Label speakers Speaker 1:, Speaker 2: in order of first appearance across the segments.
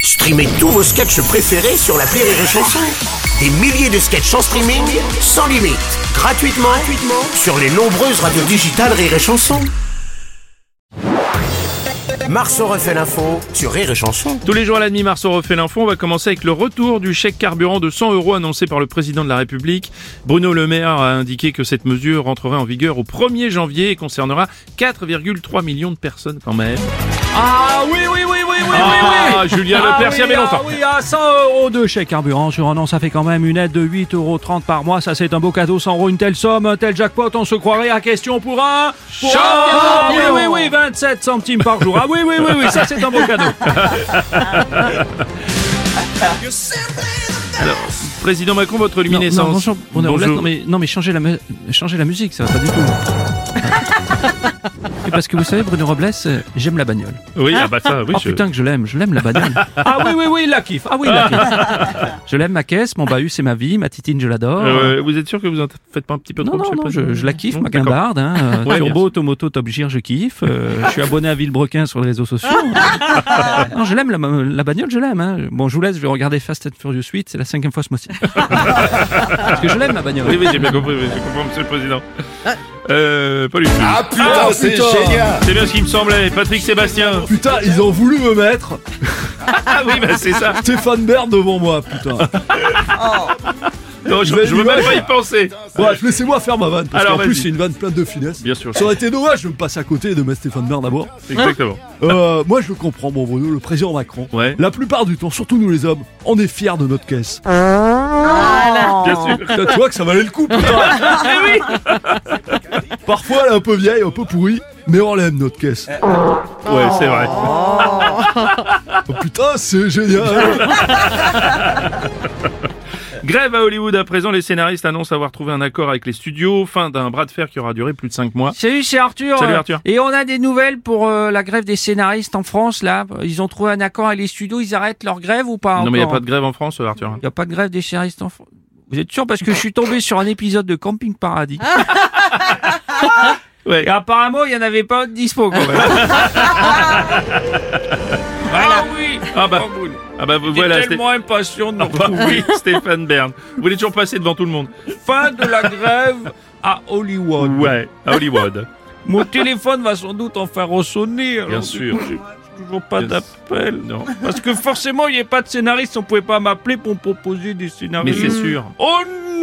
Speaker 1: Streamez tous vos sketchs préférés sur la Rire et Chanson. Des milliers de sketchs en streaming, sans limite, gratuitement, gratuitement sur les nombreuses radios digitales Rire et Chanson. Marceau refait l'info sur Rire et Chanson.
Speaker 2: Tous les jours à la demi mars on refait l'info. On va commencer avec le retour du chèque carburant de 100 euros annoncé par le président de la République. Bruno Le Maire a indiqué que cette mesure rentrera en vigueur au 1er janvier et concernera 4,3 millions de personnes quand même.
Speaker 3: Ah oui, oui, oui, oui, oui,
Speaker 2: Ah,
Speaker 3: oui, oui.
Speaker 2: Julien
Speaker 3: ah,
Speaker 2: Lepers, il y
Speaker 3: oui,
Speaker 2: avait
Speaker 3: ah, euh, oh,
Speaker 2: longtemps.
Speaker 3: oui, à 100 euros de chèque carburant hein, sur un an, ça fait quand même une aide de 8,30 euros par mois. Ça, c'est un beau cadeau. 100 euros, une telle somme, un tel jackpot, on se croirait à question pour un. Pour un- Ah, oui, oui, oui, 27 centimes par jour. Ah oui, oui, oui, oui, ça, c'est un beau cadeau.
Speaker 2: Président Macron, votre
Speaker 3: Non, non,
Speaker 2: luminescence.
Speaker 3: bonjour, on est en
Speaker 2: Bonjour.
Speaker 3: roulette, non, mais, non, mais changez, la mu- changez la musique, ça va pas du tout. Et Parce que vous savez, Bruno Robles, euh, j'aime la bagnole.
Speaker 2: Oui, ah bah ça, oui.
Speaker 3: oh
Speaker 2: je-
Speaker 3: putain que je l'aime, je l'aime la bagnole. ah oui, oui, oui, il la kiffe. Ah oui, il la kiffe. je l'aime ma caisse, mon bahut, c'est ma vie, ma titine, je l'adore.
Speaker 2: Euh, vous êtes sûr que vous en faites pas un petit peu
Speaker 3: Non,
Speaker 2: trop
Speaker 3: non,
Speaker 2: monsieur le
Speaker 3: non, je,
Speaker 2: président
Speaker 3: je la kiffe,
Speaker 2: Non,
Speaker 3: ma
Speaker 2: d'accord.
Speaker 3: guimbarde. Hein, euh,
Speaker 2: Ouais, bien
Speaker 3: turbo, Tomoto, Top Gear, je kiffe. euh, je suis abonné à Villebrequin sur les réseaux sociaux. non, je l'aime, la, la bagnole, je l'aime. hein. Bon, je vous laisse, je vais regarder Fast and Furious 8, c'est la cinquième fois ce mois-ci. Parce que je l'aime, ma bagnole.
Speaker 2: Oui, oui, j'ai bien compris, oui, je comprends, monsieur le président. Euh, pas du tout.
Speaker 4: Ah putain, c'est génial
Speaker 2: C'est bien ce qui me semblait. Patrick Sébastien.
Speaker 4: Putain, ils ont voulu me mettre
Speaker 2: Ah oui, bah c'est ça.
Speaker 4: Stéphane Bern devant moi, putain.
Speaker 2: Non, je,
Speaker 4: Belle
Speaker 2: je veux même
Speaker 4: image.
Speaker 2: pas y penser.
Speaker 4: Bref, laissez-moi faire ma vanne, parce
Speaker 2: Alors,
Speaker 4: qu'en plus
Speaker 2: vas-y.
Speaker 4: c'est une vanne pleine de finesse.
Speaker 2: Bien sûr.
Speaker 4: Ça aurait été dommage de me passer à côté et de mettre Stéphane Bern d'abord.
Speaker 2: Exactement.
Speaker 4: Euh, moi je le comprends, mon Bruno, le président Macron.
Speaker 2: Ouais.
Speaker 4: La plupart du temps, surtout nous les hommes, on est fiers de notre caisse.
Speaker 2: Bien sûr. Ah
Speaker 4: Putain, tu vois que ça valait le coup, putain Parfois elle est un peu vieille, un peu pourrie, mais on l'aime notre caisse.
Speaker 2: Eh. Ouais, c'est vrai.
Speaker 4: Oh, putain, c'est génial
Speaker 2: Grève à Hollywood à présent, les scénaristes annoncent avoir trouvé un accord avec les studios, fin d'un bras de fer qui aura duré plus de 5 mois.
Speaker 5: Salut, c'est Arthur.
Speaker 2: Salut,
Speaker 5: Euh,
Speaker 2: Arthur.
Speaker 5: Et on a des nouvelles pour euh, la grève des scénaristes en France, là. Ils ont trouvé un accord avec les studios, ils arrêtent leur grève ou pas
Speaker 2: non mais il n'y a
Speaker 5: encore
Speaker 2: pas de grève en France, Arthur.
Speaker 5: Y a pas de grève des scénaristes en France. Vous êtes sûr Parce que je suis tombé sur un épisode de Camping Paradis.
Speaker 2: Ouais.
Speaker 5: Et apparemment, il y en avait pas de dispo, quand même. Ah oui
Speaker 2: Ah bah, ah bah vous- voilà,
Speaker 5: J'ai tellement impatient de me
Speaker 2: Sté- Ah bah,
Speaker 5: retrouver.
Speaker 2: oui, Stéphane Bern. Vous voulez toujours passer devant tout le monde.
Speaker 5: Fin de la grève à Hollywood.
Speaker 2: Ouais, à Hollywood.
Speaker 5: Mon téléphone va sans doute en faire ressonner. alors,
Speaker 2: Bien
Speaker 5: du
Speaker 2: sûr.
Speaker 5: coup, j'ai Toujours pas
Speaker 2: Bien
Speaker 5: d'appel.
Speaker 2: Non.
Speaker 5: Parce que forcément, il n'y avait pas de scénariste, on pouvait pas m'appeler pour me proposer des
Speaker 2: Mais
Speaker 5: scénaristes.
Speaker 2: c'est sûr.
Speaker 5: Oh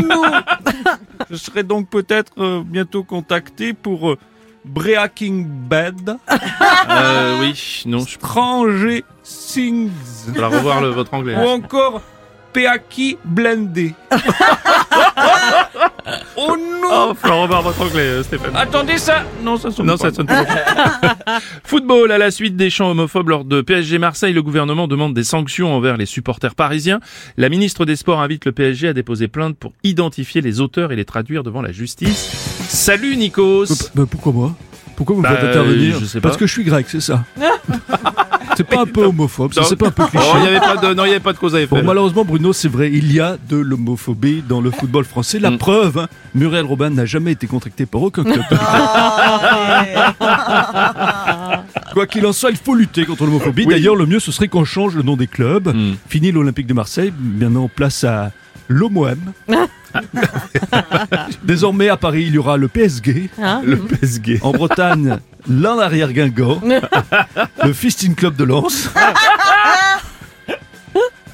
Speaker 5: non Je serai donc peut-être euh, bientôt contacté pour euh, Breaking Bad,
Speaker 2: Euh, oui, non, je
Speaker 5: Stranger Things,
Speaker 2: vais revoir le- votre anglais.
Speaker 5: ou encore Peaki Blendé. oh non
Speaker 2: Oh, faut revoir votre anglais, euh, Stéphane.
Speaker 5: Attendez ça Non, ça sonne
Speaker 2: Non,
Speaker 5: pas.
Speaker 2: ça sonne toujours. Football, à la suite des chants homophobes lors de PSG Marseille, le gouvernement demande des sanctions envers les supporters parisiens. La ministre des Sports invite le PSG à déposer plainte pour identifier les auteurs et les traduire devant la justice. Salut Nikos
Speaker 4: Bah pourquoi moi Pourquoi vous me
Speaker 2: Bah,
Speaker 4: faites intervenir
Speaker 2: je sais
Speaker 4: Parce
Speaker 2: pas.
Speaker 4: que je suis grec, c'est ça. c'est pas un peu homophobe, ça,
Speaker 2: Non.
Speaker 4: c'est pas un peu
Speaker 2: Oh,
Speaker 4: cliché.
Speaker 2: il n'y avait pas de, non, il y avait pas de cause à effet.
Speaker 4: Bon, malheureusement, Bruno, c'est vrai, il y a de l'homophobie dans le football français. La
Speaker 2: Mm.
Speaker 4: preuve, hein, Muriel Robin n'a jamais été contracté par aucun club. Quoi qu'il en soit, il faut lutter contre l'homophobie.
Speaker 2: Oui.
Speaker 4: D'ailleurs, le mieux, ce serait qu'on change le nom des clubs.
Speaker 2: Mm.
Speaker 4: Fini l'Olympique de Marseille, maintenant place à l'OMOM. Désormais, à Paris, il y aura le PSG.
Speaker 2: le PSG.
Speaker 4: En Bretagne, l'en arrière Guingamp, le Fisting Club de Lens.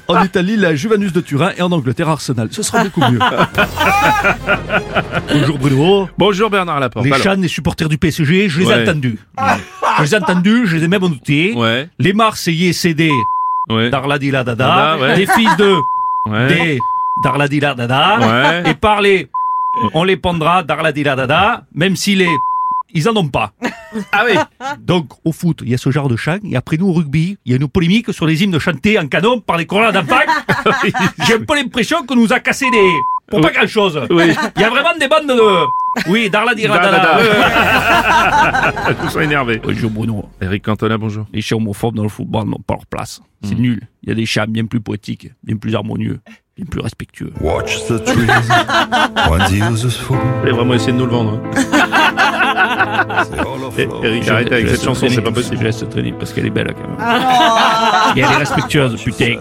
Speaker 4: En Italie, la Juventus de Turin et en Angleterre, Arsenal. Ce sera beaucoup mieux. Bonjour Bruno.
Speaker 2: Bonjour Bernard Laporte.
Speaker 4: Les
Speaker 2: Alors,
Speaker 4: Chans, les supporters du PSG, je les
Speaker 2: Ouais.
Speaker 4: ai entendus. Je les ai entendus, je les ai même notés.
Speaker 2: Ouais,
Speaker 4: Les Marseillais cédés,
Speaker 2: ouais,
Speaker 4: Darladila
Speaker 2: Dada,
Speaker 4: Dada,
Speaker 2: ouais.
Speaker 4: les fils de
Speaker 2: ouais,
Speaker 4: des Darladila Dada,
Speaker 2: ouais.
Speaker 4: et par les on les pendra Darladila Dada, même si les ils en ont pas.
Speaker 2: Ah oui.
Speaker 4: Donc, au foot, il y a ce genre de chant. Et après nous, au rugby, il y a une polémique sur les hymnes chantés en canon par les colons d'enfants. J'ai un peu l'impression qu'on nous a cassé des, Pour pas grand chose.
Speaker 2: Oui.
Speaker 4: Il y a vraiment des bandes de. Oui, Darla
Speaker 2: Darla,
Speaker 4: Diradada.
Speaker 2: Ils sont énervés.
Speaker 4: Bonjour Bruno.
Speaker 2: Eric Cantona, bonjour.
Speaker 4: Les chats homophobes dans le football n'ont pas leur place.
Speaker 2: Hmm.
Speaker 4: C'est nul. Il y a des chats bien plus poétiques, bien plus harmonieux, bien plus respectueux.
Speaker 6: Watch the trees. One's useful.
Speaker 2: Vous voulez vraiment essayer de nous le vendre. hein.
Speaker 6: They all are
Speaker 2: Eh,
Speaker 6: flowers.
Speaker 2: Eric, arrêtez avec
Speaker 4: Je
Speaker 2: cette
Speaker 4: reste
Speaker 2: chanson,
Speaker 4: traîner,
Speaker 2: c'est pas possible.
Speaker 4: Je reste traîner parce qu'elle est belle quand même. Et elle est respectueuse, putain.